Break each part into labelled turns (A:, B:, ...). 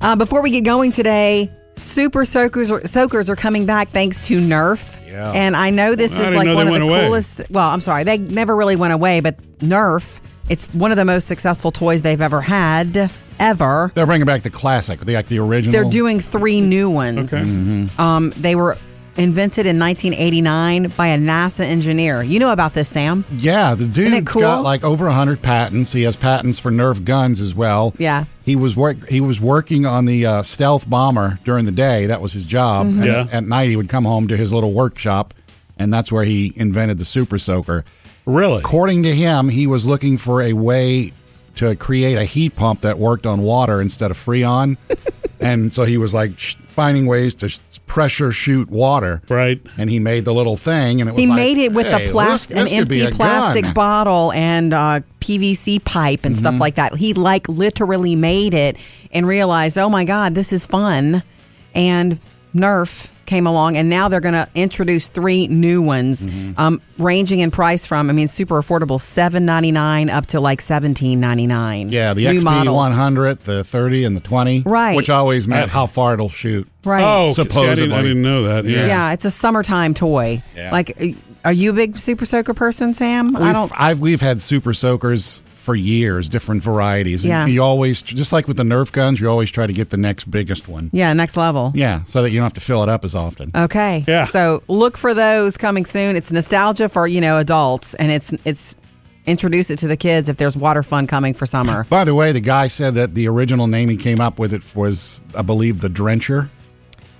A: Uh, before we get going today, super soakers are, soakers are coming back thanks to Nerf.
B: Yeah.
A: And I know this
B: I
A: is
B: didn't
A: like
B: know
A: one
B: they
A: of the
B: went away.
A: coolest. Well, I'm sorry, they never really went away, but Nerf, it's one of the most successful toys they've ever had, ever.
B: They're bringing back the classic, the, like the original.
A: They're doing three new ones.
B: Okay.
A: Um, they were invented in 1989 by a NASA engineer. You know about this, Sam?
B: Yeah, the dude
A: it cool?
B: got like over hundred patents. He has patents for Nerf guns as well.
A: Yeah.
B: he was work. He was working on the uh, stealth bomber during the day. That was his job.
A: Mm-hmm.
B: And
C: Yeah.
B: At night, he would come home to his little workshop, and that's where he invented the super soaker.
C: Really?
B: According to him, he was looking for a way to create a heat pump that worked on water instead of freon, and so he was like sh- finding ways to sh- pressure shoot water.
C: Right.
B: And he made the little thing, and it was
A: He
B: like,
A: made it with
B: hey,
A: a
B: this-
A: plastic, an
B: this could be
A: empty
B: a
A: plastic
B: gun. Mm-hmm.
A: bottle and uh, PVC pipe and stuff like that. He like literally made it and realized, oh my god, this is fun. And Nerf came along, and now they're going to introduce three new ones,
B: Mm-hmm.
A: um, ranging in price from I mean, super affordable, seven ninety nine up to like seventeen ninety nine.
B: Yeah, the
A: new
B: XP
A: models.
B: 100, the 30, and the 20.
A: Right.
B: Which always meant how far it'll shoot.
A: Right.
C: Oh, see, I, didn't, I
B: Supposedly.
C: didn't know that. Yeah.
A: Yeah. it's a summertime toy.
B: Yeah.
A: Like, are you a big Super Soaker person, Sam?
B: We've,
A: I don't.
B: have we've had super soakers for years, different varieties. And
A: Yeah.
B: You always, just like with the Nerf guns, you always try to get the next biggest one.
A: Yeah, next level.
B: Yeah, so that you don't have to fill it up as often.
A: Okay.
C: Yeah.
A: So look for those coming soon. It's nostalgia for you know adults, and it's it's introduce it to the kids if there's water fun coming for summer.
B: By the way, the guy said that the original name he came up with it was, I believe, the Drencher.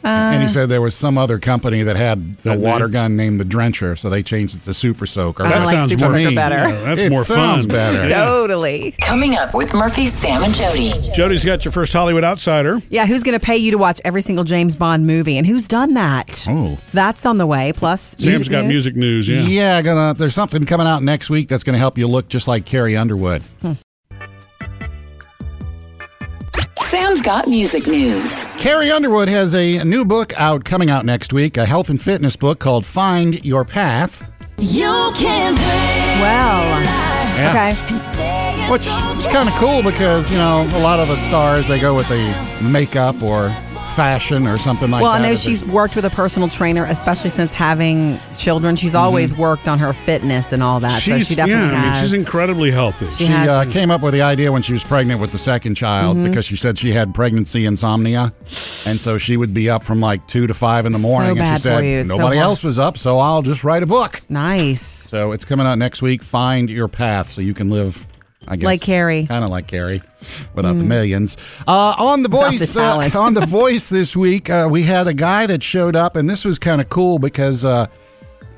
B: and he
A: Uh.
B: said there was some other company that had a
C: That
B: water
C: name?
B: gun named the Drencher, so they changed it to Super Soaker.
A: Oh, I
C: That
A: like
C: sounds
A: Super
C: more
A: Soaker
B: mean.
A: better.
C: Yeah, that's
B: It
C: more
B: sounds
C: fun.
B: better.
C: Yeah.
A: Totally.
D: Coming up with Murphy, Sam, and Jody.
C: Jody's got your first Hollywood outsider.
A: Yeah, who's going to pay you to watch every single James Bond movie, and who's done that?
B: Oh.
A: That's on the way. Plus,
C: Sam's
A: music
C: got
A: news.
C: music news. Yeah.
B: Yeah, gonna. There's something coming out next week that's gonna help you look just like Carrie Underwood.
D: Sam's got music news.
B: Carrie Underwood has a new book out coming out next week, a health and fitness book called "Find Your Path,"
D: You can
A: Well,
B: Yeah.
A: okay.
B: which is kind of cool because you know a lot of the stars they go with the makeup or fashion or something like
A: Well, I
B: that.
A: know
B: If
A: she's
B: it's-
A: worked with a personal trainer, especially since having children. She's always worked on her fitness and all that, so she definitely
C: Mm-hmm. yeah, I mean,
A: has.
C: she's incredibly healthy.
A: She
B: She
A: has- Mm-hmm.
B: uh, came up with the idea when she was pregnant with the second child because she said she had pregnancy insomnia, and so she would be up from like two to five in the morning. and
A: bad for
B: she said
A: you. It's so
B: nobody
A: hard."
B: else was up, so I'll just write a book.
A: nice.
B: So it's coming out next week. Find your path so you can live. I guess
A: Like Carrie. Mm.
B: kind of like Carrie, without the millions. Uh, on the
A: Without the
B: voice, uh,
A: talent.
B: on the voice this week, uh, we had a guy that showed up, and this was kind of cool because uh,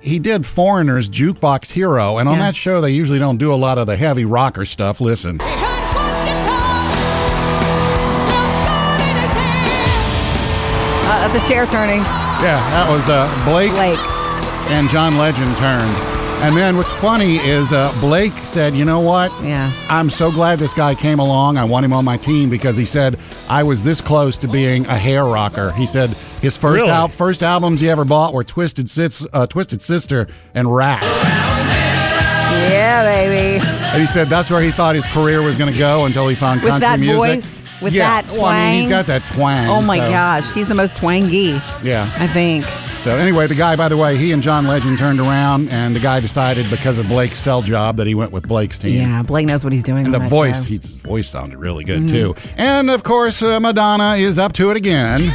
B: he did Foreigner's Jukebox Hero, and on
A: Yeah.
B: that show they usually don't do a lot of the heavy rocker stuff. Listen,
A: Uh, that's a chair turning.
B: yeah, that was uh, Blake
A: Blake.
B: and John Legend turned. And then what's funny is uh, Blake said, you know what?
A: Yeah.
B: I'm so glad this guy came along. I want him on my team because he said I was this close to being a hair rocker. He said his first
C: Really?
B: al- first albums he ever bought were Twisted Sis- uh, Twisted Sister and Rat.
A: Yeah, baby.
B: And he said that's where he thought his career was going to go until he found
A: With
B: country
A: that
B: music.
A: voice, with
B: yeah.
A: that
B: Well, I mean,
A: twang.
B: he's got that twang.
A: Oh my
B: so-
A: gosh, he's the most twangy.
B: Yeah.
A: I think.
B: So anyway, the guy, by the way, he and John Legend turned around, and the guy decided because of Blake's cell job that he went with Blake's team.
A: Yeah, Blake knows what he's doing.
B: And the
A: on that
B: voice,
A: show.
B: his voice sounded really good
A: Mm-hmm.
B: too. And of course, uh, Madonna is up to it again.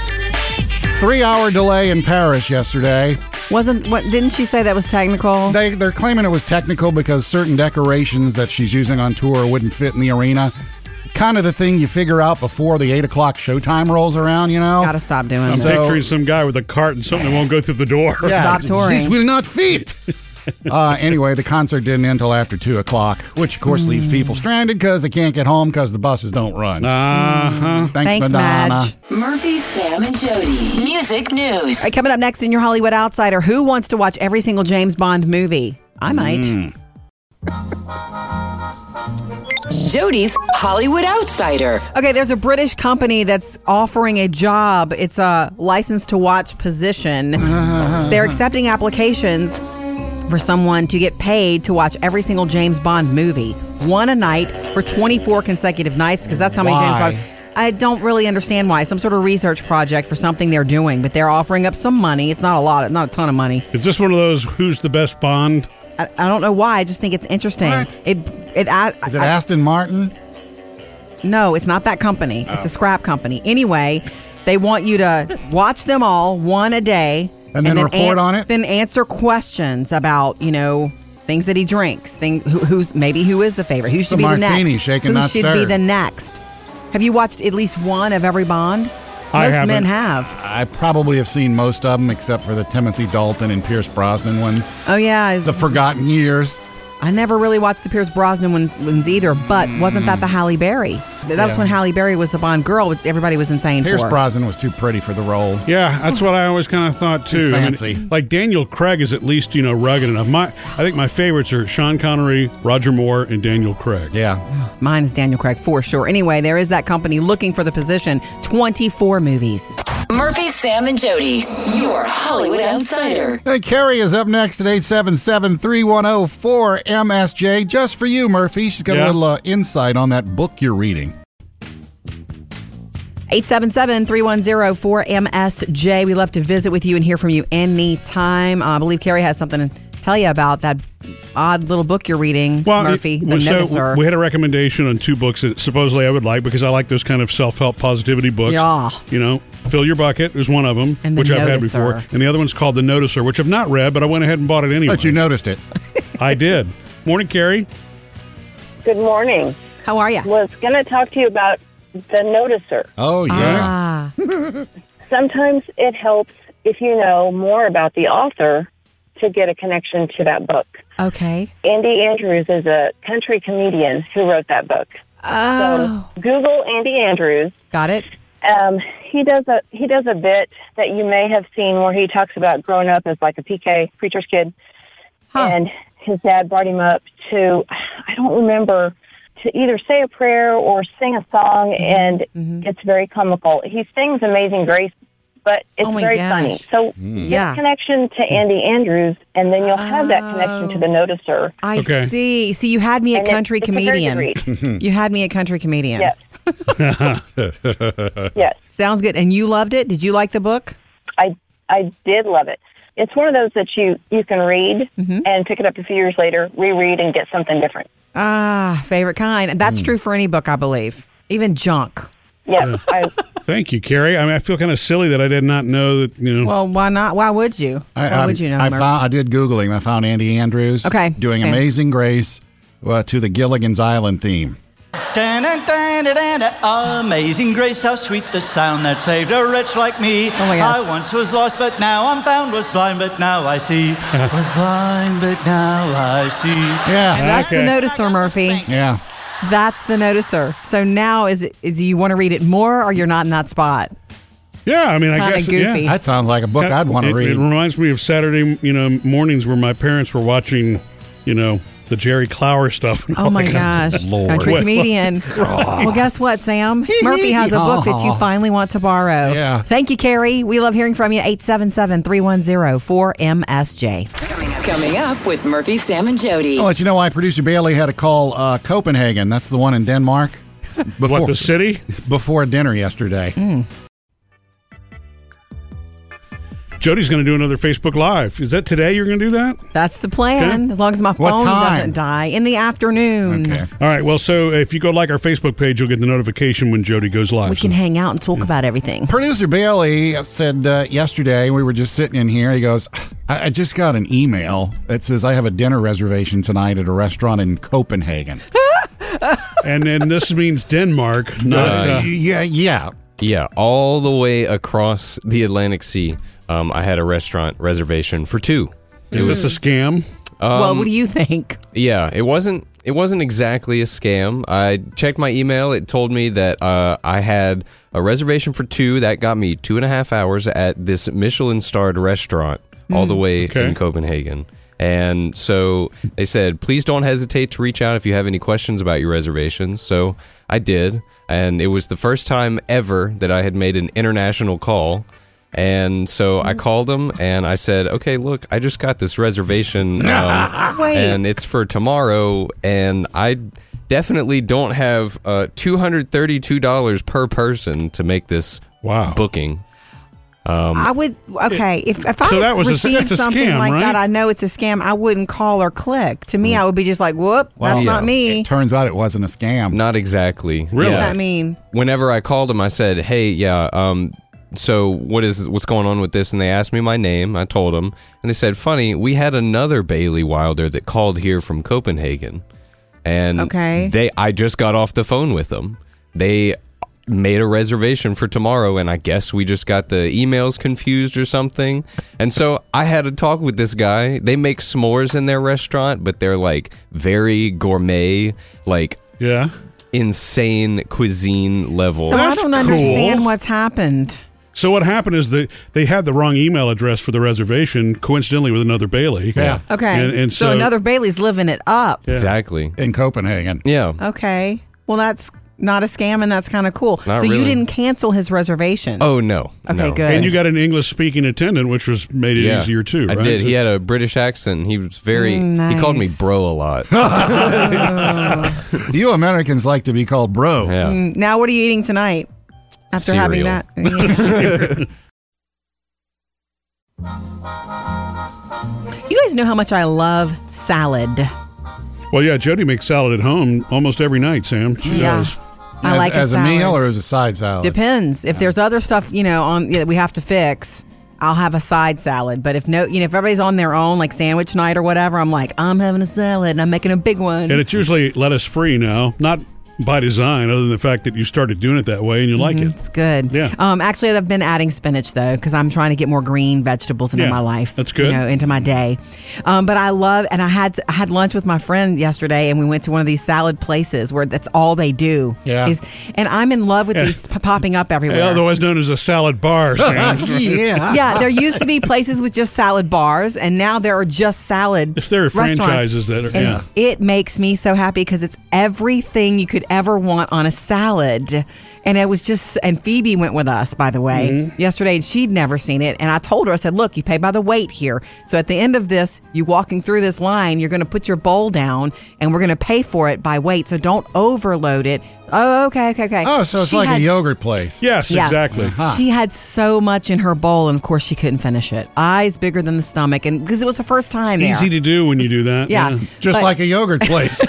B: Three hour delay in Paris yesterday.
A: wasn't. What didn't she say that was technical?
B: They, they're claiming it was technical because certain decorations that she's using on tour wouldn't fit in the arena. It's kind of the thing you figure out before the 8 o'clock showtime rolls around, you know?
A: Gotta stop doing
C: I'm
A: that.
B: so-
C: picturing some guy with a cart and something that won't go through the door.
A: Stop touring.
B: This will not fit. uh, anyway, the concert didn't end until after 2 o'clock, which of course leaves people stranded because they can't get home because the buses don't run.
C: Uh-huh.
B: Uh, Thanks,
A: Thanks,
B: Madonna.
A: Madge.
D: Murphy, Sam, and Jody. Music news.
A: All right, coming up next in your Hollywood Outsider, who wants to watch every single James Bond movie? I might.
D: Jody's Hollywood Outsider.
A: Okay, there's a British company that's offering a job. It's a license to watch position. They're accepting applications for someone to get paid to watch every single James Bond movie, one a night for 24 consecutive nights, because that's how many
B: Why?
A: James Bond. I don't really understand why. Some sort of research project for something they're doing, but they're offering up some money. It's not a lot, not a ton of money.
C: Is this one of those who's the best Bond?
A: I, I don't know why. I just think it's interesting.
B: What?
A: It it I,
B: Is it
A: I-
B: Aston Martin?
A: No, it's not that company. It's
B: Oh.
A: a scrap company. Anyway, they want you to watch them all one a day
B: And then report on it?
A: Then answer questions about you know things that he drinks, thing who, who's maybe who is the favorite, who should be the
B: martini,
A: next,
B: shaken,
A: who
B: not
A: should be
B: stirred.
A: the next. Have you watched at least one of every Bond?
C: I
A: Most
C: haven't.
A: men have.
B: I probably have seen most of them except for the Timothy Dalton and Pierce Brosnan ones.
A: Oh yeah,
B: The Forgotten Years.
A: I never really watched the Pierce Brosnan one- ones either. But wasn't that the Halle Berry? That was
B: Mm. Yeah.
A: when Halle Berry was the Bond girl, which everybody was insane
B: Pierce
A: for.
B: Brosnan was too pretty for the role.
C: Yeah, that's what I always kind of thought too. I mean,
B: fancy.
C: like Daniel Craig is at least you know rugged enough. My, I think my favorites are Sean Connery, Roger Moore, and Daniel Craig.
B: Yeah.
A: Mine is Daniel Craig for sure. Anyway, there is that company looking for the position. 24 movies.
D: Murphy, Sam, and Jody, your Hollywood outsider.
B: Hey, Carrie is up next at 877-3104-MSJ. Just for you, Murphy. She's got a
C: Yeah.
B: little uh, insight on that book you're reading.
A: 877-310-4MSJ. We love to visit with you and hear from you anytime. Uh, I believe Carrie has something to tell you about that odd little book you're reading, Murphy,
C: it-
A: The
C: so
A: Nebusir.
C: we had a recommendation on two books that supposedly I would like because I like those kind of self-help positivity books.
A: Yeah.
C: You know, Fill Your Bucket is one of them,
A: And The
C: which I've had
A: Noticer.
C: before, and the other one's called The Noticer, which I've not read, but I went ahead and bought it anyway.
B: But you noticed it.
C: I did. Morning, Carrie.
E: Good morning.
A: How are you?
E: Was going to talk to you about the noticer.
B: Oh, yeah.
A: Ah,
E: Sometimes it helps if you know more about the author to get a connection to that book.
A: okay.
E: Andy Andrews is a country comedian who wrote that book.
A: Oh,
E: So Google Andy Andrews.
A: got it.
E: Um, he does a he does a bit that you may have seen where he talks about growing up as like a PK preacher's kid,
A: Huh.
E: and his dad brought him up to I don't remember to either say a prayer or sing a song,
A: Mm-hmm.
E: and it's very comical. He sings Amazing Grace, but it's
A: Oh my
E: very
A: gosh.
E: funny. So get a
A: Yeah.
E: connection to Andy Andrews, and then you'll have that connection to the noticer.
A: Ah. I
C: Okay.
A: see. See, you had me a
E: And it's-
A: country
E: it's a very
A: comedian. you had me a country comedian.
E: Yes, yes.
A: Sounds good. And you loved it? Did you like the book?
E: I I did love it. It's one of those that you you can read
A: Mm-hmm.
E: and pick it up a few years later, reread, and get something different.
A: Ah, favorite kind. And
C: Hmm.
A: That's true for any book, I believe. Even junk.
E: Yes, I
C: Thank you, Carrie. I mean, I feel kind of silly that I did not know that. You know,
A: Well, why not? Why would you?
B: I,
A: why
B: I-
A: would you know?
B: I,
A: Murph?
B: found, I did Googling. I found Andy Andrews
A: Okay,
B: doing
A: okay.
B: Amazing Grace uh, to the Gilligan's Island theme.
F: Da-na-da-da-da-da. Amazing grace, how sweet the sound that saved a wretch like me.
A: Oh my gosh.
F: I once was lost, but now I'm found. Was blind, but now I see. was blind, but now I see.
B: Yeah.
A: That's the
C: Okay.
A: noticer, Murphy.
B: Yeah.
A: That's the noticer. So now is it, is you want to read it more or you're not in that spot?
C: yeah. I mean, I
A: Kinda
C: guess
A: goofy.
C: yeah.
B: That sounds like a book I'd want
C: It-
B: to read.
C: It reminds me of Saturday, you know, mornings where my parents were watching, you know, the Jerry Clower stuff. and
A: Oh
C: all
A: my
C: that kind of-
A: gosh. Country
C: Well,
A: comedian. well, guess what, Sam? Murphy has a book that you finally want to borrow.
B: Ah. Yeah.
A: Thank you, Carrie. We love hearing from you. 877 310 4MSJ.
D: Coming up with Murphy, Sam, and Jody.
B: I'll let you know why producer Bailey had to call uh, Copenhagen. That's the one in Denmark. Before,
C: What the city?
B: before dinner yesterday.
A: Hmm.
C: Jody's going to do another Facebook Live. Is that today? You're going to do that?
A: That's the plan. As long as my
B: What
A: phone
B: time?
A: doesn't die in the afternoon.
B: Okay.
C: All right. Well, so if you go like our Facebook page, you'll get the notification when Jody goes live.
A: We can
C: So-
A: hang out and talk about everything.
B: Producer Bailey said uh, yesterday, we were just sitting in here. He goes, I-, I just got an email that says I have a dinner reservation tonight at a restaurant in Copenhagen.
C: and then this means Denmark, not.
B: Uh,
C: uh,
B: yeah, yeah.
G: Yeah, all the way across the Atlantic Sea. Um, I had a restaurant reservation for two.
C: is this a scam?
B: Um,
A: well, what do you think?
G: Yeah, it wasn't it wasn't exactly a scam. I checked my email. It told me that uh, I had a reservation for two. That got me two and a half hours at this Michelin starred restaurant all the way
C: Okay.
G: in Copenhagen. And so they said, please don't hesitate to reach out if you have any questions about your reservations. So I did. And it was the first time ever that I had made an international call. And so I called them and I said, okay, look, I just got this reservation. Um,
A: Wait.
G: And it's for tomorrow. And I definitely don't have uh, $232 per person to make this
C: Wow.
G: booking.
A: I would okay if if
C: So
A: I
C: that was a-
A: received
C: that's a
A: something
C: scam,
A: like
C: right? Mm.
A: that. I know it's a scam. I wouldn't call or click. To me, I would be just like, "Whoop, that's
G: yeah.
A: not me."
B: It turns out it wasn't a scam.
G: Not exactly.
C: Really?
A: What
G: Yeah.
A: does that mean?
G: whenever I called them, I said, "Hey, yeah, um, so what is what's going on with this?" And they asked me my name. I told them, and they said, "Funny, we had another Bailey Wilder that called here from Copenhagen, and
A: Okay.
G: they I just got off the phone with them. They." Made a reservation for tomorrow, and I guess we just got the emails confused or something. And so I had a talk with this guy. They make s'mores in their restaurant, but they're like very gourmet, like
C: Yeah.
G: insane cuisine level.
A: So I
C: That's
A: don't
C: cool.
A: understand what's happened.
C: So what happened is they they had the wrong email address for the reservation, coincidentally with another Bailey.
B: Yeah.
A: Okay,
C: And, and so,
A: so, another Bailey's living it up.
G: Exactly.
B: in Copenhagen.
G: Yeah.
A: Okay, well that's not a scam, and that's kind of cool.
G: Not
A: so
G: really.
A: you didn't cancel his reservation.
G: Oh no.
A: okay,
G: No.
A: good.
C: And you got an English speaking attendant, which was made it easier too. Right?
G: I did. He had a British accent. He was very.
A: Mm,
G: He called me
A: nice.
G: bro a lot.
B: You Americans like to be called bro.
G: Yeah.
A: Mm, now, what are you eating tonight? After having
G: Cereal.
A: that, Yeah. you guys know how much I love salad.
C: Well, yeah, Jody makes salad at home almost every night. Sam, she
A: Yeah.
C: does.
A: I
B: as,
A: like
B: as a
A: salad.
B: meal or as a side salad.
A: Depends. If there's other stuff, you know, on that we have to fix, I'll have a side salad. But if no, you know, if everybody's on their own, like sandwich night or whatever, I'm like, I'm having a salad and I'm making a big one.
C: And it's usually lettuce free now, not by design, other than the fact that you started doing it that way and you like it.
A: Mm-hmm. it's good.
C: Yeah.
A: Um. Actually, I've been adding spinach though because I'm trying to get more green vegetables into
C: Yeah,
A: my life.
C: that's good.
A: You know, into my day. Um. But I love, and I had I had lunch with my friend yesterday, and we went to one of these salad places where that's all they do.
B: Yeah.
A: Is, and I'm in love with
C: Yeah.
A: these p- popping up everywhere.
C: Otherwise known as a salad bar, Sam.
B: yeah.
A: yeah, there used to be places with just salad bars, and now there are just salad.
C: If there are
A: restaurants.
C: franchises that are-
A: And
C: yeah.
A: it makes me so happy because it's everything you could ever want on a salad. And it was just, and Phoebe went with us, by the way,
C: Mm-hmm.
A: yesterday, and she'd never seen it. And I told her, I said, look, you pay by the weight here. So at the end of this, you walking through this line, you're going to put your bowl down, and we're going to pay for it by weight. So don't overload it. Oh, okay, okay, okay.
B: Oh, so it's
A: She
B: like
A: had
B: a yogurt place.
C: yes,
A: Yeah. Uh-huh.
C: exactly.
A: she had so much in her bowl, and of course, she couldn't finish it. Eyes bigger than the stomach, and because it was her first time there.
C: Easy to do when you do that.
A: yeah,
B: Just
A: but-
B: like a yogurt place.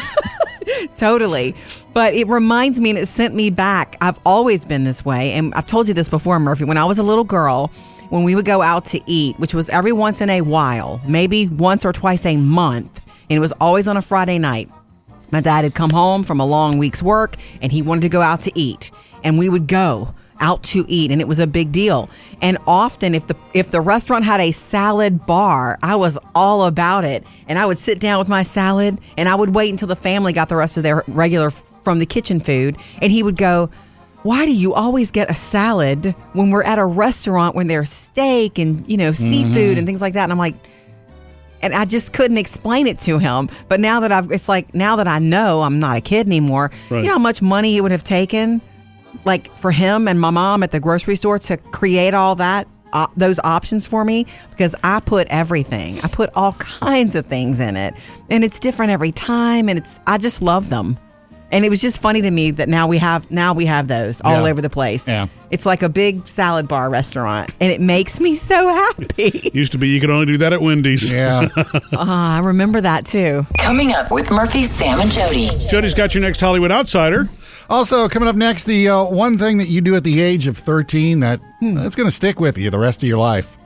A: totally. But it reminds me, and it sent me back. I've always been this way, and I've told you this before, Murphy. When I was a little girl, when we would go out to eat, which was every once in a while, maybe once or twice a month, and it was always on a Friday night. My dad had come home from a long week's work and he wanted to go out to eat. And we would go out to eat and it was a big deal. And often if the if the restaurant had a salad bar, I was all about it. And I would sit down with my salad and I would wait until the family got the rest of their regular from the kitchen food and he would go why do you always get a salad when we're at a restaurant when there's steak and you know seafood and things like that and i'm like and I just couldn't explain it to him. But now that I've, it's like now that I know I'm not a kid anymore.
C: Right.
A: You know how much money it would have taken, like for him and my mom at the grocery store to create all that. Uh, those options for me because I put everything. I put all kinds of things in it, and it's different every time. And it's I just love them, and it was just funny to me that now we have now we have those all
B: Yeah.
A: over the place.
B: Yeah.
A: it's like a big salad bar restaurant, and it makes me so happy.
C: Used to be you could only do that at Wendy's.
B: yeah.
A: Ah, I remember that too.
D: Coming up with Murphy, Sam, and Jody.
C: Jody's got your next Hollywood Outsider.
B: Also, coming up next, the uh, one thing that you do at the age of 13 that
A: Hmm.
B: that's going to stick with you the rest of your life.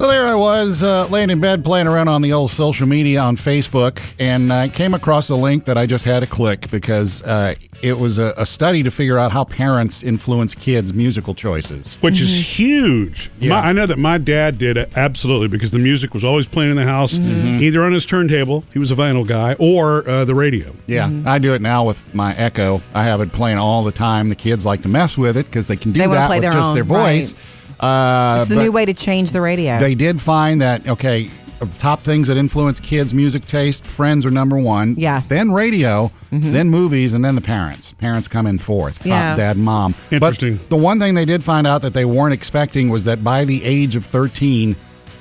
B: So there I was, uh, laying in bed playing around on the old social media on Facebook, and I came across a link that I just had to click because uh, it was a, a study to figure out how parents influence kids' musical choices.
C: which
A: Mm-hmm.
C: is huge.
B: Yeah.
C: My, I know that my dad did it absolutely because the music was always playing in the house,
A: Mm-hmm.
C: either on his turntable, he was a vinyl guy, or uh, the radio.
B: Yeah,
A: Mm-hmm.
B: I do it now with my Echo. I have it playing all the time. The kids like to mess with it because they can do
A: They wanna
B: that
A: play
B: with
A: their
B: just
A: own,
B: their voice. Uh,
A: It's the
B: but-
A: new way to change the radio.
B: They did find that okay, of top things that influence kids' music taste, friends are number one.
A: Yeah. Mm-hmm.
B: Then radio, then movies, and then the parents. Parents come in fourth.
A: Yeah.
B: Pop, dad, mom.
C: Interesting.
B: But the one thing they did find out that they weren't expecting was that by the age of thirteen,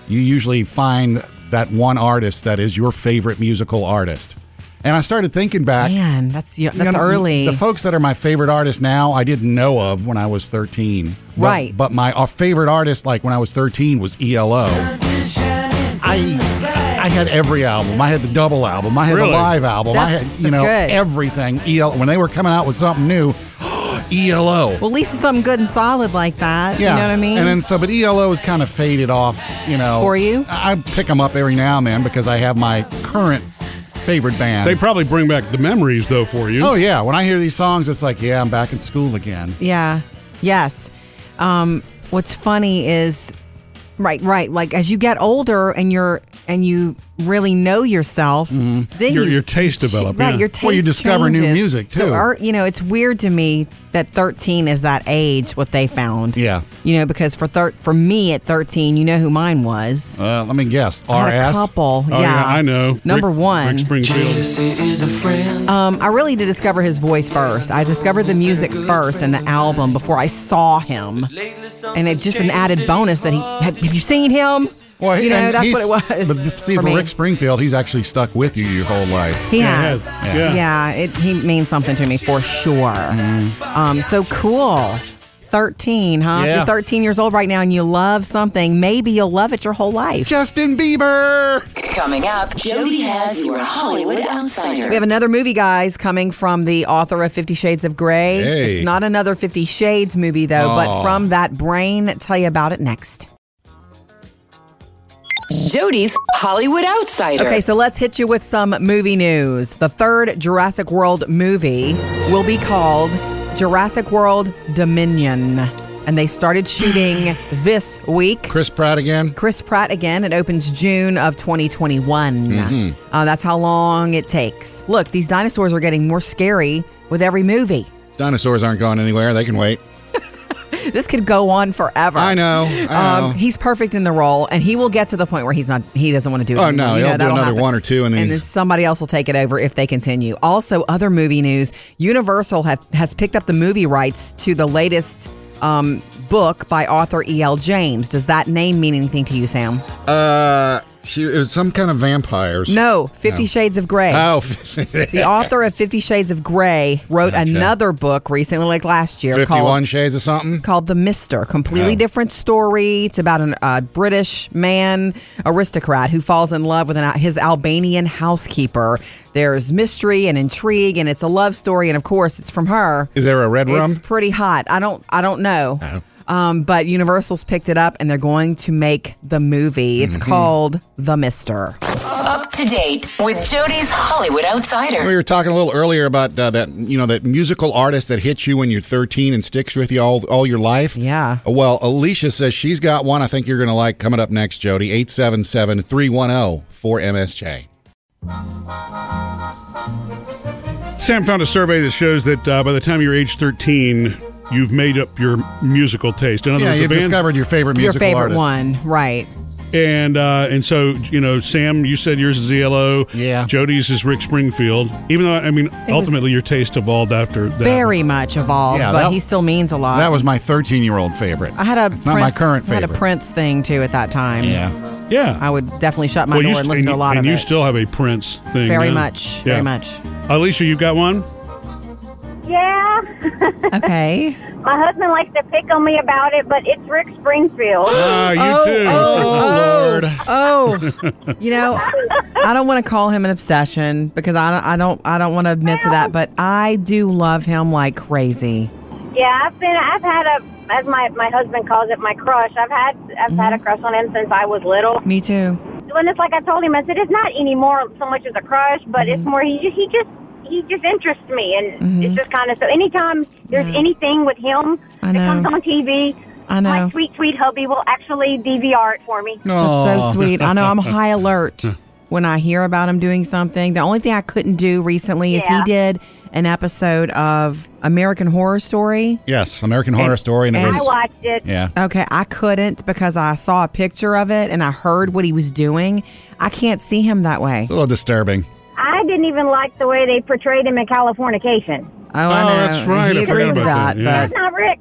B: you usually find that one artist that is your favorite musical artist. And I started thinking back.
A: Man, that's yeah,
B: you
A: that's
B: know,
A: early.
B: The folks that are my favorite artists now, I didn't know of when I was 13. But-
A: Right.
B: But my uh, favorite artist, like when I was 13, was ELO. I I had every album. I had the double album. I had
C: Really?
B: the live album. I
A: That's-
B: had you
A: that's
B: know
A: good.
B: everything. ELO when they were coming out with something new, E ELO.
A: well, at least it's something good and solid like that. You know what I mean?
B: And then so, but E ELO is kind of faded off, you know.
A: For you?
B: I I pick them up every now and then because I have my current favorite band.
C: They probably bring back the memories though for you.
B: oh yeah, when I hear these songs, it's like, yeah, I'm back in school again.
A: Yeah. Yes. Um, what's funny is right, right. Like as you get older and you're and you really know yourself, then
C: Your-
A: you-
C: your taste develop,
A: Right,
C: yeah.
A: your taste.
B: Mm-hmm. Well, you discover new
A: changes.
B: music,
A: So
B: too.
A: our- you know, it's weird to me that 13 is that age. What they found.
B: Yeah.
A: You know, because for thir- for me at 13, you know who mine was.
B: Uh, let me guess, RS.
A: I had a couple.
C: Oh, yeah, I know.
A: Number
C: Rick-
A: one.
C: Rick Springfield.
A: Um, I really did discover his voice first. I discovered the music first and the album before I saw him, and it's just an added bonus that he. Have, have you seen him?
B: he-
A: you know
B: and
A: that's
B: he's-
A: what it was.
B: But see,
A: for
B: for
A: me.
B: Rick Springfield, he's actually stuck with you your whole life.
A: he
C: Yeah, he
A: has.
C: has. Yeah.
A: it, he means something to me for sure.
B: Mm-hmm.
A: Um, so cool. Thirteen, huh? If
B: Yeah.
A: you're thirteen years old right now and you love something, maybe you'll love it your whole life.
B: Justin Bieber.
D: Coming up, Jody has your Hollywood Outsider.
A: We have another movie, guys, coming from the author of Fifty Shades of Grey.
B: Hey.
A: It's not another Fifty Shades movie, though, but
B: Aw.
A: from that brain. Tell you about it next.
D: Jody's Hollywood Outsider.
A: Okay, so let's hit you with some movie news. The third Jurassic World movie will be called Jurassic World Dominion. And they started shooting this week.
B: Chris Pratt again.
A: Chris Pratt again. It opens June of 2021.
B: Mm-hmm.
A: Uh, that's how long it takes. Look, these dinosaurs are getting more scary with every movie.
B: Dinosaurs aren't going anywhere. They can wait.
A: This could go on forever.
B: I know. I know.
A: Um, he's perfect in the role, and he will get to the point where he's not. He doesn't want to do it.
B: Oh,
A: anymore.
B: no,
A: You know,
B: he'll do
A: that'll
B: another
A: happen.
B: one or two, and then he's-
A: somebody else will take it over if they continue. Also, other movie news: Universal have, has picked up the movie rights to the latest um, book by author E. L. James. Does that name mean anything to you, Sam?
B: uh, she it was some kind of vampires.
A: No. Fifty Shades of Grey.
B: Oh,
A: the author of Fifty Shades of Grey wrote
B: Gotcha.
A: another book recently, like last year, called
B: 51 Shades of something.
A: called The Mister. Completely
B: Oh.
A: different story. It's about a uh, British man aristocrat who falls in love with an, his Albanian housekeeper. There's mystery and intrigue, and it's a love story. And of course, it's from her.
B: Is there a red rum?
A: It's pretty hot. I don't. I don't know.
B: Oh.
A: Um, but Universal's picked it up, and they're going to make the movie. It's
B: Mm-hmm.
A: called The Mister.
D: Up to date with Jody's Hollywood
B: We
D: Outsider.
B: were talking a little earlier about uh, that, you know, that musical artist that hits you when you're 13 and sticks with you all all your life.
A: Yeah.
B: Well, Alicia says she's got one. I think you're going to like coming up next, Jody. oh, 877-310-4MSJ.
C: Sam found a survey that shows that uh, by the time you're age 13, you've made up your musical taste. In other
B: Yeah,
C: words, the
B: you've
C: band-
B: discovered your favorite
A: Your
B: musical
A: favorite
B: artist.
A: one, right?
C: And uh, and so you know, Sam, you said yours is ELO.
B: Yeah.
C: Jody's is Rick Springfield. Even though I mean, ultimately your taste evolved after that.
A: Very much evolved,
B: Yeah,
A: but
B: that-
A: he still means a lot.
B: That was my 13-year-old favorite.
A: I had a
B: It's not my
A: Prince-
B: current
A: I
B: favorite.
A: had a Prince thing too at that time.
B: Yeah.
C: yeah.
A: I would definitely shut my door and
C: st-
A: listen to a lot
C: and
A: of
C: you
A: it.
C: still have a Prince thing.
A: very
C: now.
A: much,
C: Yeah.
A: very much.
C: Alicia, you've got one.
E: Yeah.
A: Okay.
E: My husband likes to pick on me about it, but it's Rick Springfield.
C: Ah, you
A: oh,
C: too.
A: Oh,
B: Lord.
A: Oh, you know, I don't want to call him an obsession because I don't, I don't, I don't want to admit to that, but I do love him like crazy.
E: Yeah, I've been. I've had a, as my my husband calls it, my crush. I've had I've had a crush on him since I was little.
A: Me too.
E: When it's like I told him, I said it's not anymore so much as a crush, but it's more he ju- he just he just interests me, and
A: Mm-hmm.
E: it's just kind of so. Anytime there's anything with him
A: I
E: that
A: know.
E: comes on TV,
A: I know.
E: my sweet sweet hubby will actually DVR it for me.
A: That's so sweet. I know I'm high alert when I hear about him doing something. The only thing I couldn't do recently is he
E: Yeah.
A: did an episode of American Horror Story.
B: Yes, American Horror
A: And-
B: Story. And,
A: and-
B: it
E: I
B: was,
E: watched it.
B: Yeah.
A: Okay, I couldn't because I saw a picture of it and I heard what he was doing. I can't see him that way.
B: A little disturbing.
E: I didn't even like the way they portrayed him in Californication.
A: Oh, I
C: Oh,
A: know.
C: that's right.
A: He
C: I forgot
A: agreed with
C: about
A: that,
C: that, yeah.
A: but
H: Ah,
E: Not Rick.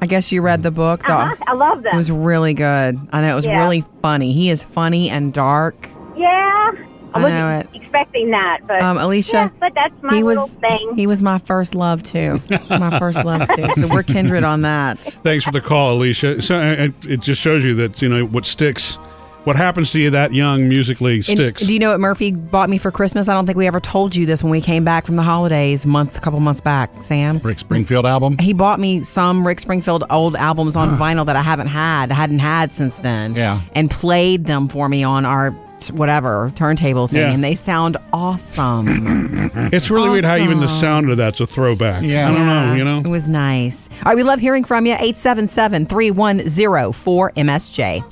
A: I guess you read the book. though.
E: Uh-huh. I love
A: It was
E: them.
A: really good. I know it was
E: Yeah.
A: really funny. He is funny and dark.
E: Yeah.
A: I
H: I
A: know
H: wasn't expecting that, but
A: Um, Alicia,
H: yeah, but that's my
A: he
H: little
A: was
H: thing.
A: he was my first love too. My first love too. So we're kindred on that.
C: Thanks for the call, Alicia. So uh, it- it just shows you that you know what sticks, what happens to you that young musically
A: And
C: sticks.
A: do you know what Murphy bought me for Christmas? I don't think we ever told you this when we came back from the holidays months, a couple months back. Sam,
B: Rick Springfield album.
A: he bought me some Rick Springfield old albums on vinyl that I haven't had, I hadn't had since then.
B: Yeah.
A: and played them for me on our t- whatever turntable thing,
C: Yeah.
A: and they sound awesome.
C: it's really weird how even the
A: Awesome.
C: sound of that's a throwback.
B: Yeah.
C: I don't
A: Yeah,
C: know. You know.
A: it was nice. All right, we love hearing from you. 877-310-4MSJ.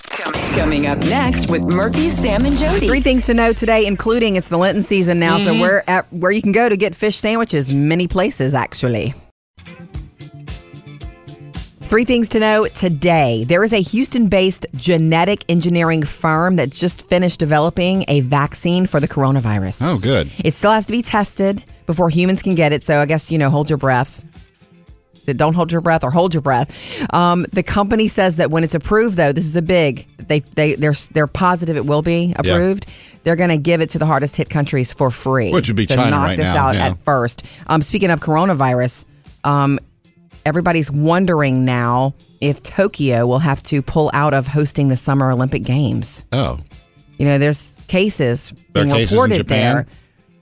D: Coming up next with Murphy, Sam, and Jody.
A: Three things to know today, including it's the Lenten season now, so we're at where you can go to get fish sandwiches, many places actually. Three things to know today. There is a Houston based genetic engineering firm that just finished developing a vaccine for the coronavirus.
B: Oh, good.
A: It still has to be tested before humans can get it. So I guess, you know, hold your breath. Is it Don't hold your breath or hold your breath. Um, the company says that when it's approved, though, this is the big, they, they, they're, they're positive it will be approved. They're going to give it to the hardest hit countries for free.
B: Which would be
A: so
B: China
A: knock
B: right
A: this
B: now,
A: out
B: yeah.
A: at first. Um, speaking of coronavirus, um, everybody's wondering now if Tokyo will have to pull out of hosting the Summer Olympic Games.
B: Oh,
A: You know, there's cases
B: There are
A: being
B: cases in
A: reported
B: Japan?
A: there.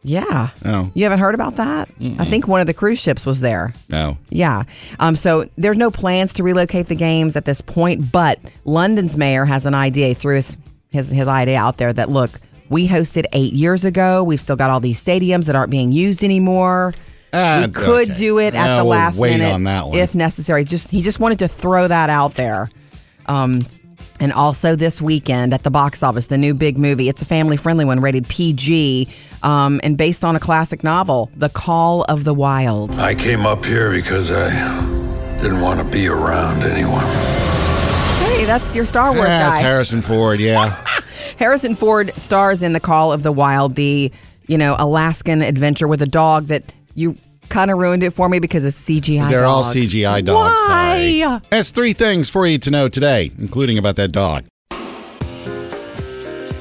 A: Yeah.
B: Oh.
A: You haven't heard about that? I think one of the cruise ships was there.
B: no.
A: Yeah. Um, so there's no plans to relocate the games at this point, but London's mayor has an idea through his, his, his idea out there that look, we hosted eight years ago. We've still got all these stadiums that aren't being used anymore.
B: Ah,
A: we could
B: okay.
A: do it at
B: Yeah,
A: the
B: we'll
A: last
B: wait
A: minute
B: on that one.
A: if necessary. Just he just wanted to throw that out there. Um, and also this weekend at the box office, the new big movie. It's a family friendly one, rated PG, um, and based on a classic novel, The Call of the Wild.
I: I came up here because I didn't want to be around anyone.
A: Hey, that's your Star Wars
B: That's
A: guy.
B: Harrison Ford. Yeah.
A: Harrison Ford stars in The Call of the Wild, the, you know, Alaskan adventure with a dog that you kind of ruined it for me because it's CGI.
B: They're all
A: dog.
B: CGI dogs.
A: Why?
B: Sorry. That's three things for you to know today, including about that dog.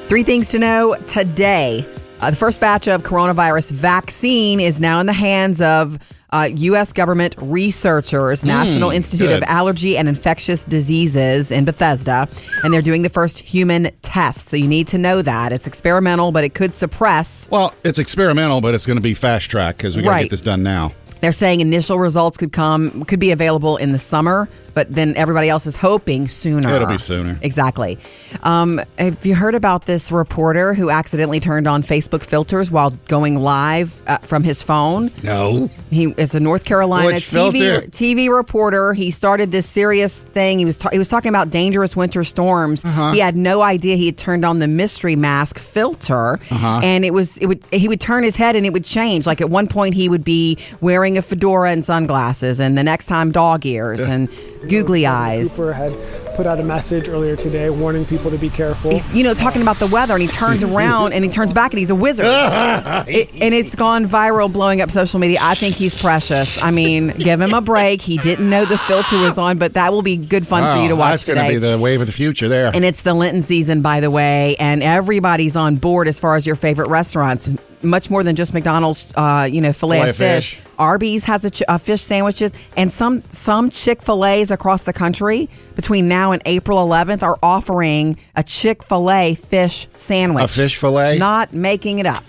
A: Three things to know today. Uh, the first batch of coronavirus vaccine is now in the hands of uh, U.S. government researchers, National Institute of
B: Hmm, good.
A: Allergy and Infectious Diseases in Bethesda, and they're doing the first human test. So you need to know that. It's experimental, but it could suppress
B: Well, it's experimental, but it's going to be fast track because we got to
A: Right.
B: get this done now.
A: They're saying initial results could come could be available in the summer, but then everybody else is hoping sooner.
B: It'll be sooner.
A: Exactly. Um, have you heard about this reporter who accidentally turned on Facebook filters while going live uh, from his phone?
B: No.
A: He is a North Carolina
B: Which filter?
A: TV, TV reporter. He started this serious thing. He was ta- he was talking about dangerous winter storms. He had no idea he had turned on the mystery mask filter, and it was it would he would turn his head and it would change. Like at one point he would be wearing a fedora and sunglasses, and the next time dog ears and googly eyes.
J: Cooper had put out a message earlier today warning people to be careful.
A: He's, you know, talking about the weather, and he turns around and he turns back, and he's a wizard. It- and it's gone viral, blowing up social media. I think he's precious. I mean, give him a break. He didn't know the filter was on, but that will be good fun for you to
B: Wow,
A: watch
B: Oh, that's
A: today.
B: going to be the wave of the future there.
A: and it's the Lenten season, by the way, and everybody's on board as far as your favorite restaurants. Much more than just McDonald's, uh, you know, filet,
B: Filet
A: of fish.
B: fish.
A: Arby's has a, ch- uh fish sandwiches, and some some Chick fil A's across the country between now and April 11th are offering a Chick fil A fish sandwich.
B: A fish fillet?
A: Not making it up.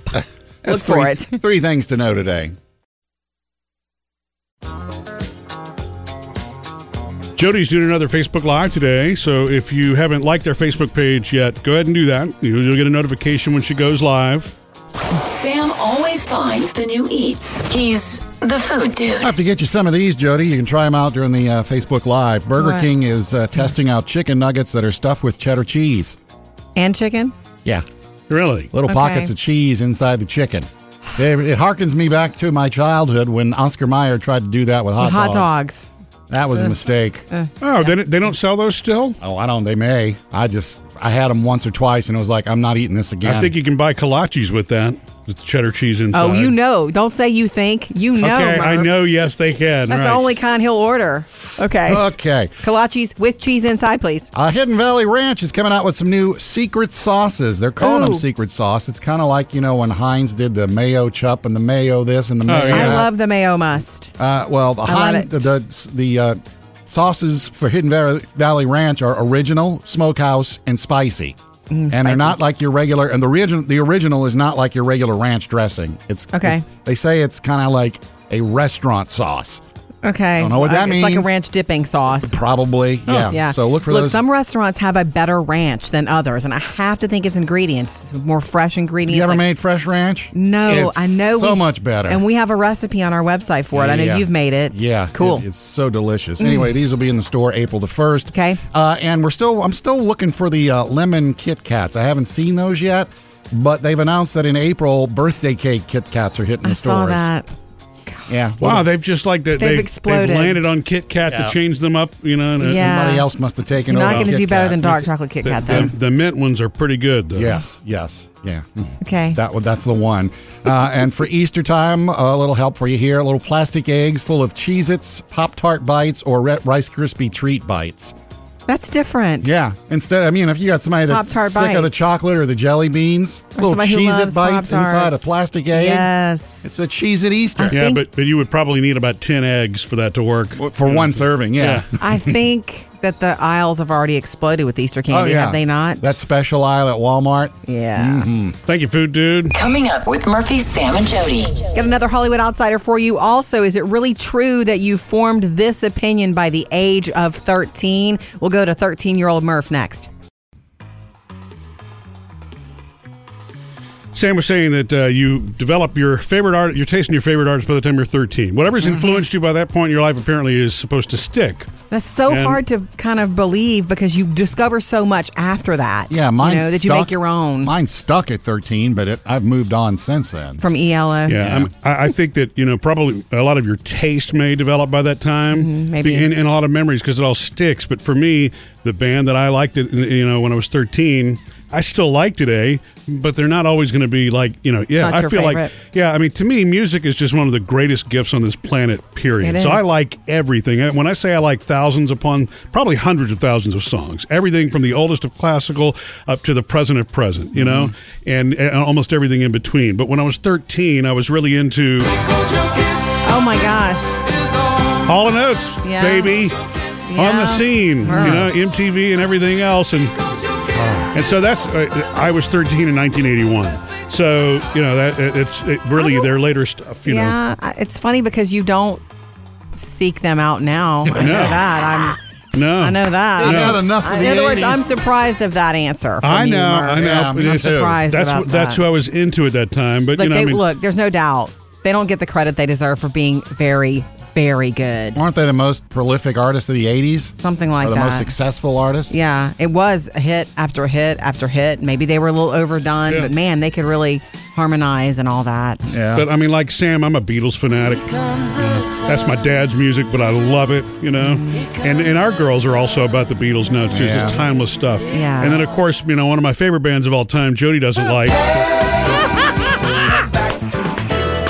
A: Look
B: three,
A: for it.
B: three things to know today.
C: Jody's doing another Facebook Live today, so if you haven't liked their Facebook page yet, go ahead and do that. You- You'll get a notification when she goes live.
D: Sam always finds the new eats. He's the food
B: I
D: dude.
B: have to get you some of these, Jody. You can try them out during the uh, Facebook Live. Burger
A: What?
B: King is uh, testing out chicken nuggets that are stuffed with cheddar cheese.
A: And chicken?
B: Yeah.
C: Really?
B: Little
A: Okay.
B: pockets of cheese inside the chicken. It, it harkens me back to my childhood when Oscar Mayer tried to do that with hot,
A: Hot
B: dogs.
A: dogs. Uh,
B: That was a mistake.
C: Oh, they, don't- they don't sell those still?
B: Oh, I don't. They may. I just I had them once or twice, and it was like I'm not eating this again.
C: I think you can buy kolaches with that. the cheddar cheese inside.
A: Oh, you know. Don't say you think. You know.
C: Okay, I
A: Murph.
C: know. Yes, they can.
A: That's
C: right.
A: the only kind he'll order. Okay.
B: Okay.
A: Kolaches with cheese inside, please.
B: Uh, Hidden Valley Ranch is coming out with some new secret sauces. They're calling them
A: Ooh.
B: secret sauce. It's kind of like, you know, when Heinz did the mayo chup and the mayo this and the mayo
A: Oh, I
B: that.
A: love the mayo must.
B: Uh, well, the,
A: I love
B: Hein-
A: it.
B: the, the, the, uh, sauces for Hidden Val- Valley Ranch are original, smokehouse, and spicy. and they're
A: Mm, spicy.
B: not like your regular. And the original, the original is not like your regular ranch dressing. It's
A: Okay.
B: it's- they say it's kind of like a restaurant sauce,
A: Okay. Uh,
B: Don't know what that
A: it's like
B: means.
A: a ranch dipping sauce.
B: probably. Yeah.
A: Oh, Yeah.
B: So look for those.
A: some restaurants have a better ranch than others, and I have to think it's ingredients, more fresh ingredients.
B: you ever
A: like-
B: made fresh ranch?
A: No,
B: It's
A: I know.
B: so
A: we-
B: much better.
A: And we have a recipe on our website for it. I know
B: Yeah.
A: you've made it.
B: Yeah,
A: Cool. Mm.
B: it- it's so delicious. Anyway, these will be in the store April the first.
A: Okay.
B: uh, and we're still I'm still looking for the uh, lemon Kit Kats. I haven't seen those yet, but they've announced that in April birthday cake Kit Kats are hitting
A: I
B: the stores.
A: saw that.
B: Yeah,
C: Wow,
B: Well,
C: they've just like that.
A: They've exploded.
C: They've landed on Kit Kat
B: Yeah.
C: to change them up. You know, and uh,
A: Yeah.
B: somebody else must have taken
A: You're
B: over.
A: not going to
B: Kit
A: do better
B: Kat.
A: than dark chocolate Kit Kat,
C: the,
A: though.
C: the mint ones are pretty good. Though.
B: Yes, yes, yeah. Mm.
A: Okay.
B: That one- that's the one. Uh, and for Easter time, a little help for you here: little plastic eggs full of Cheez-Its, Pop Tart bites, or Re- Rice Krispie treat bites.
A: That's different.
B: Yeah. Instead, I mean, if you got somebody that's
A: Pop-Tart
B: sick of the
A: bites.
B: chocolate or the jelly beans, little
A: somebody who
B: cheese it
A: loves
B: bites
A: Pop-Tarts.
B: inside a plastic egg.
A: Yes.
B: It's a cheese at Easter
C: Yeah,
A: think-
C: but but you would probably need about ten eggs for that to work.
B: for one serving. Yeah.
A: I think that the aisles have already exploded with Easter
B: Oh
A: candy,
B: yeah. Mm-hmm.
A: have they not?
B: That special aisle at Walmart.
A: yeah.
C: Thank you, food dude.
D: Coming up with Murphy, Sam, and Jody.
A: Got another Hollywood outsider for you. Also, is it really true that you formed this opinion by the age of 13? We'll go to 13 year old Murph next.
C: Sam was saying that uh, you develop your favorite art, your taste in your favorite artist by the time you're 13. Whatever's
A: Mm-hmm.
C: influenced you by that point in your life apparently is supposed to stick.
A: That's so
C: And-
A: hard to kind of believe because you discover so much after that.
B: Yeah, mine
A: you know, that you make your own
B: Mine stuck at 13, but it, I've moved on since then.
A: from E ELO.
C: Yeah, I'm, I, I think that you know probably a lot of your taste may develop by that time,
A: Mm-hmm, maybe.
C: and, and a lot of memories because it all sticks. But for me, the band that I liked, it, you know, when I was thirteen, I still like today, but they're not always going to be like you know. Yeah,
A: Not
C: I
A: your
C: feel like
A: favorite.
C: yeah. I mean, to me, music is just one of the greatest gifts on this planet. Period.
A: It
C: so I
A: is.
C: like everything. And When I say I like thousands upon probably hundreds of thousands of songs, everything from the oldest of classical up to the present of present. You know,
A: Mm-hmm.
C: and, and almost everything in between. But when I was thirteen, I was really into.
A: Oh my gosh.
C: Hall and Oates,
A: Yeah.
C: baby, on the
A: Yeah.
C: scene. You know, MTV and everything else, and and so that's. Uh, I was 13 in 1981. So you know that it- it's it really their later stuff. You know,
A: Oh. yeah. I- It's funny because you don't seek them out now. I
C: No.
A: know that. I'm.
C: no,
A: I know that.
B: You
A: I'm-
B: got enough of
A: In
B: the
A: other words,
B: 80s.
A: I'm surprised of that answer. from
C: I
A: you,
C: know,
A: Murph.
C: I know.
B: Yeah, me
C: It's-
B: too.
A: surprised
C: that's
A: about
C: wh- that's
A: that.
C: who I was into at that time. But
A: Like
C: you know,
A: they
C: I mean,
A: look, there's no doubt they don't get the credit they deserve for being very, very good.
B: Aren't they the most prolific artists of the 80s?
A: Something like
B: or the
A: that.
B: most successful artists?
A: yeah, it was a hit after hit after hit. Maybe they were a little overdone,
C: Yeah.
A: but man, they could really harmonize and all that.
B: Yeah.
C: but I mean, like Sam, I'm a Beatles fanatic. That's my dad's music, but I love it, you know. And and our girls are also about the Beatles now. It's just
B: Yeah.
C: this timeless stuff.
A: Yeah.
C: And then of course, you know, one of my favorite bands of all time, Jody doesn't like.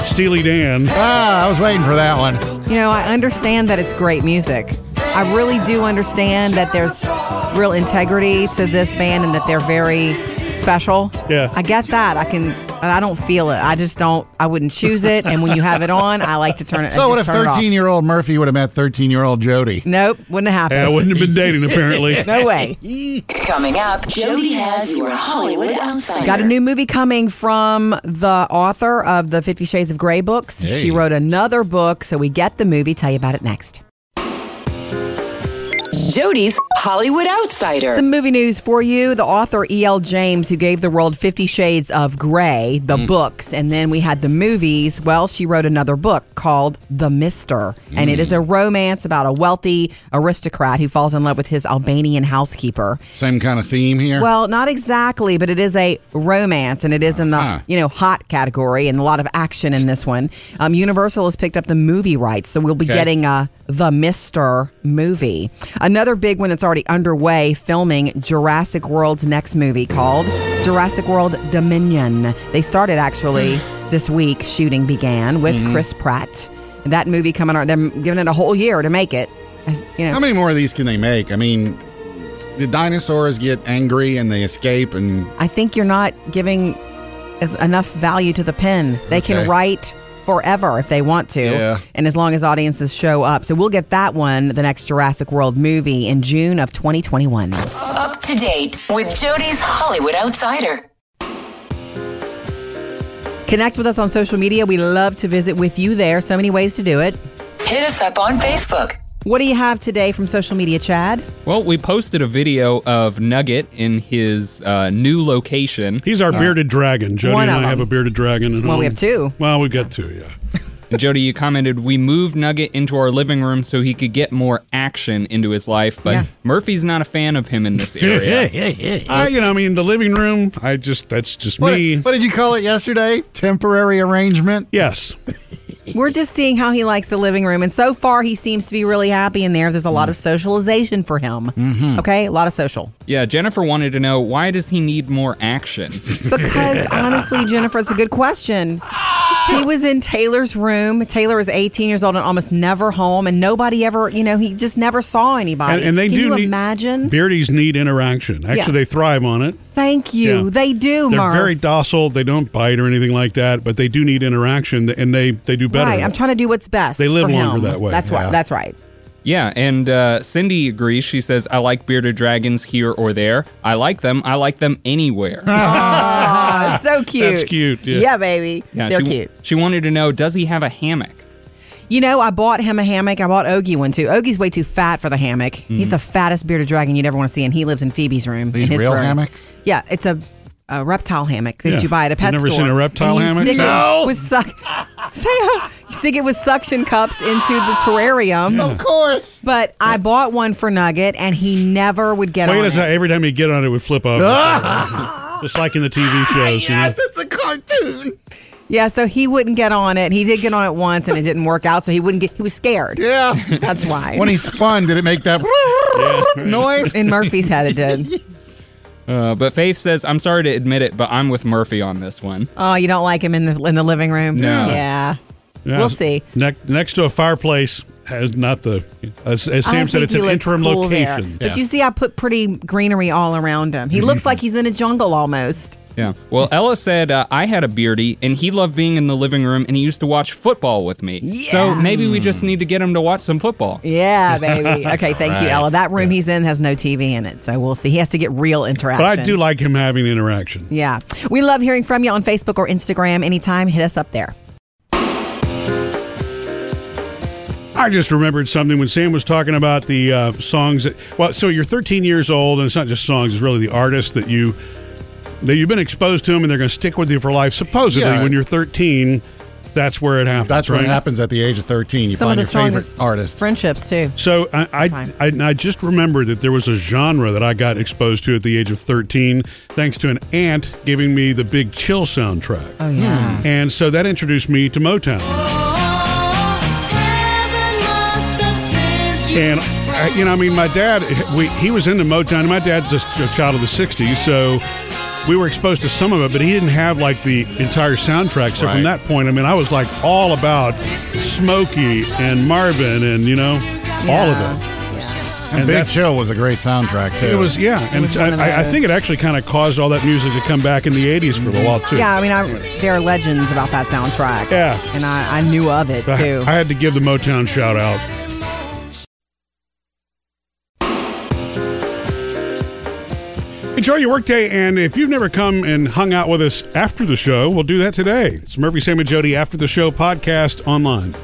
C: Steely Dan.
B: ah, I was waiting for that one.
A: You know, I understand that it's great music. I really do understand that there's real integrity to this band and that they're very special.
C: Yeah.
A: I get that. I can. I don't feel it. I just don't. I wouldn't choose it. And when you have it on, I like to turn it.
B: So,
A: I
B: what if
A: just turn it off.
B: 13 year old Murphy would have met 13 year old Jody?
A: Nope, wouldn't have
C: Yeah, I
A: happened.
C: wouldn't have been dating apparently.
A: no way.
D: Coming up, Jody has your Hollywood outsider.
A: Got a new movie coming from the author of the Fifty Shades of Grey books.
B: Hey.
A: She wrote another book, so we get the movie. Tell you about it next.
D: Jody's Hollywood outsider.
A: Some movie news for you. The author E.L. James, who gave the world Fifty Shades of Grey, the books, and then we had the movies. Well, she wrote another book called The Mister, and it is a romance about a wealthy aristocrat who falls in love with his Albanian housekeeper.
B: Same kind of theme here.
A: Well, not exactly, but it is a romance, and it is in the
B: Uh-huh.
A: you know hot category, and a lot of action in this one. Um, Universal has picked up the movie rights, so we'll be
B: Okay.
A: getting a the Mister movie. Another big one that's already underway filming Jurassic World's next movie called Jurassic World Dominion. They started actually
B: Hmm.
A: this week, shooting began with
B: Mhm.
A: Chris Pratt. That movie coming out, they're giving it a whole year to make it. As- You know,
B: How many more of these can they make? I mean, the dinosaurs get angry and they escape, and
A: I think you're not giving as enough value to the pen. They
B: Okay.
A: can write forever if they want to,
B: Yeah.
A: and as long as audiences show up. So we'll get that one, the next Jurassic World movie, in June of 2021.
D: Up to date with Jody's Hollywood Outsider.
A: Connect with us on social media. We love to visit with you there. So many ways to do it.
D: Hit us up on Facebook.
A: What do you have today from social media, Chad?
K: Well, we posted a video of Nugget in his uh, new location.
C: He's our bearded dragon. Jody
K: One
C: and I
K: of
C: have a
K: them.
C: bearded dragon. At
K: Well, we
C: home.
K: have two.
C: Well, we've got two, yeah.
K: And Jody, you commented, we moved Nugget into our living room so he could get more action into his life, but Murphy's not a fan of him in this
G: Oh,
K: area.
C: I, Uh, you know, I mean, the living room, I just, that's just
B: what,
C: me.
B: what did you call it yesterday? Temporary arrangement.
C: Yes.
A: We're just seeing how he likes the living room. And so far, he seems to be really happy in there. There's a lot of socialization for him.
B: Mm-hmm.
A: Okay? A lot of social.
K: Yeah, Jennifer wanted to know why does he need more action?
A: Because honestly, Jennifer, it's a good question. He was in Taylor's room. Taylor is 18 years old and almost never home, and nobody ever, you know, he just never saw anybody.
C: And, and they
A: Can
C: do
A: you
C: need,
A: imagine?
C: Beardies need interaction. Actually,
A: Yeah.
C: they thrive on it.
A: Thank you.
C: Yeah.
A: They do,
C: They're
A: Murph.
C: very docile. They don't bite or anything like that, but they do need interaction, and they, they do better.
A: right. I'm trying to do what's best.
C: They live
A: for
C: longer
A: him.
C: that way.
A: That's why.
C: Yeah.
A: That's right.
K: yeah, and uh, Cindy agrees. She says, I like bearded dragons here or there. I like them. I like them anywhere.
A: Aw, so cute.
K: That's cute, yeah.
A: baby.
K: Yeah,
A: They're
K: she,
A: cute.
K: She wanted to know, does he have a hammock?
A: You know, I bought him a hammock. I bought Ogie one too. Ogie's way too fat for the hammock.
K: Mm-hmm.
A: He's the fattest bearded dragon you'd ever want to see, and he lives in Phoebe's room.
B: These
A: in his
B: real
A: room.
B: hammocks?
A: Yeah, it's a, a reptile hammock that
B: Yeah.
A: you buy at a pet
B: You've never
A: store.
B: seen a reptile
A: and you
B: hammock?
A: Stick
B: No!
A: it with suck. you stick it with suction cups into the terrarium.
B: Of course.
A: But I bought one for Nugget, and he never would get
C: Wait
A: on
C: a
A: it.
C: second. Every time you get on it, it would flip off. Just like in the TV shows. you know.
B: it's a cartoon.
A: Yeah, so he wouldn't get on it. He did get on it once, and it didn't work out. So he wouldn't get. He was scared.
B: Yeah,
A: that's why.
B: When he spun, did it make that noise?
A: In Murphy's head, it did.
K: Uh, but Faith says, I'm sorry to admit it, but I'm with Murphy on this one.
A: Oh, you don't like him in the in the living room?
K: No.
A: Yeah.
C: Yeah.
A: We'll see.
C: Next, next to a fireplace has not the. As, as
A: I
C: Sam
A: don't
C: said,
A: think
C: it's
A: he
C: an
A: looks
C: interim
A: cool there.
C: location.
A: But you see, I put pretty greenery all around him. He looks like he's in a jungle almost.
K: Yeah. Well, Ella said, uh, I had a beardy and he loved being in the living room and he used to watch football with me. So maybe we just need to get him to watch some football.
A: Yeah, baby. Okay, thank you,
K: Right.
A: Ella. That room he's in has no TV in it, so we'll see. He has to get real
C: But
A: interaction.
C: I do like him having interaction.
A: Yeah. We love hearing from you on Facebook or Instagram anytime. Hit us up there.
C: I just remembered something when Sam was talking about the uh, songs. That, well, so you're 13 years old, and it's not just songs; it's really the artist that you that you've been exposed to them, and they're going to stick with you for life. Supposedly,
B: Yeah.
C: when you're 13, that's where it happens.
B: That's what
C: right?
B: happens at the age of 13. You
A: Some of
B: find
A: the
B: your favorite
A: strongest
B: artist.
A: friendships too.
C: So I I, I I just remembered that there was a genre that I got exposed to at the age of 13, thanks to an aunt giving me the Big Chill soundtrack. Oh
A: yeah.
C: And so that introduced me to Motown. And I, you know, I mean, my dad, we, he was into Motown. and My dad's just a child of the '60s, so we were exposed to some of it, but he didn't have like the entire soundtrack. So
B: Right.
C: from that point, I mean, I was like all about Smokey and Marvin, and you know, all of it.
B: And,
C: And
B: Big
C: that's-
B: Chill was a great soundtrack, too.
C: It was yeah, and
A: was one of
C: I, I
A: those.
C: think it actually kind of caused all that music to come back in the '80s for a while too.
A: Yeah, I mean, I, there are legends about that soundtrack.
C: Yeah.
A: And I, I knew of it
C: I-
A: too.
C: I had to give the Motown shout out. Enjoy your workday, and if you've never come and hung out with us after the show, we'll do that today. It's Murphy, Sam, and Jody After the Show podcast online.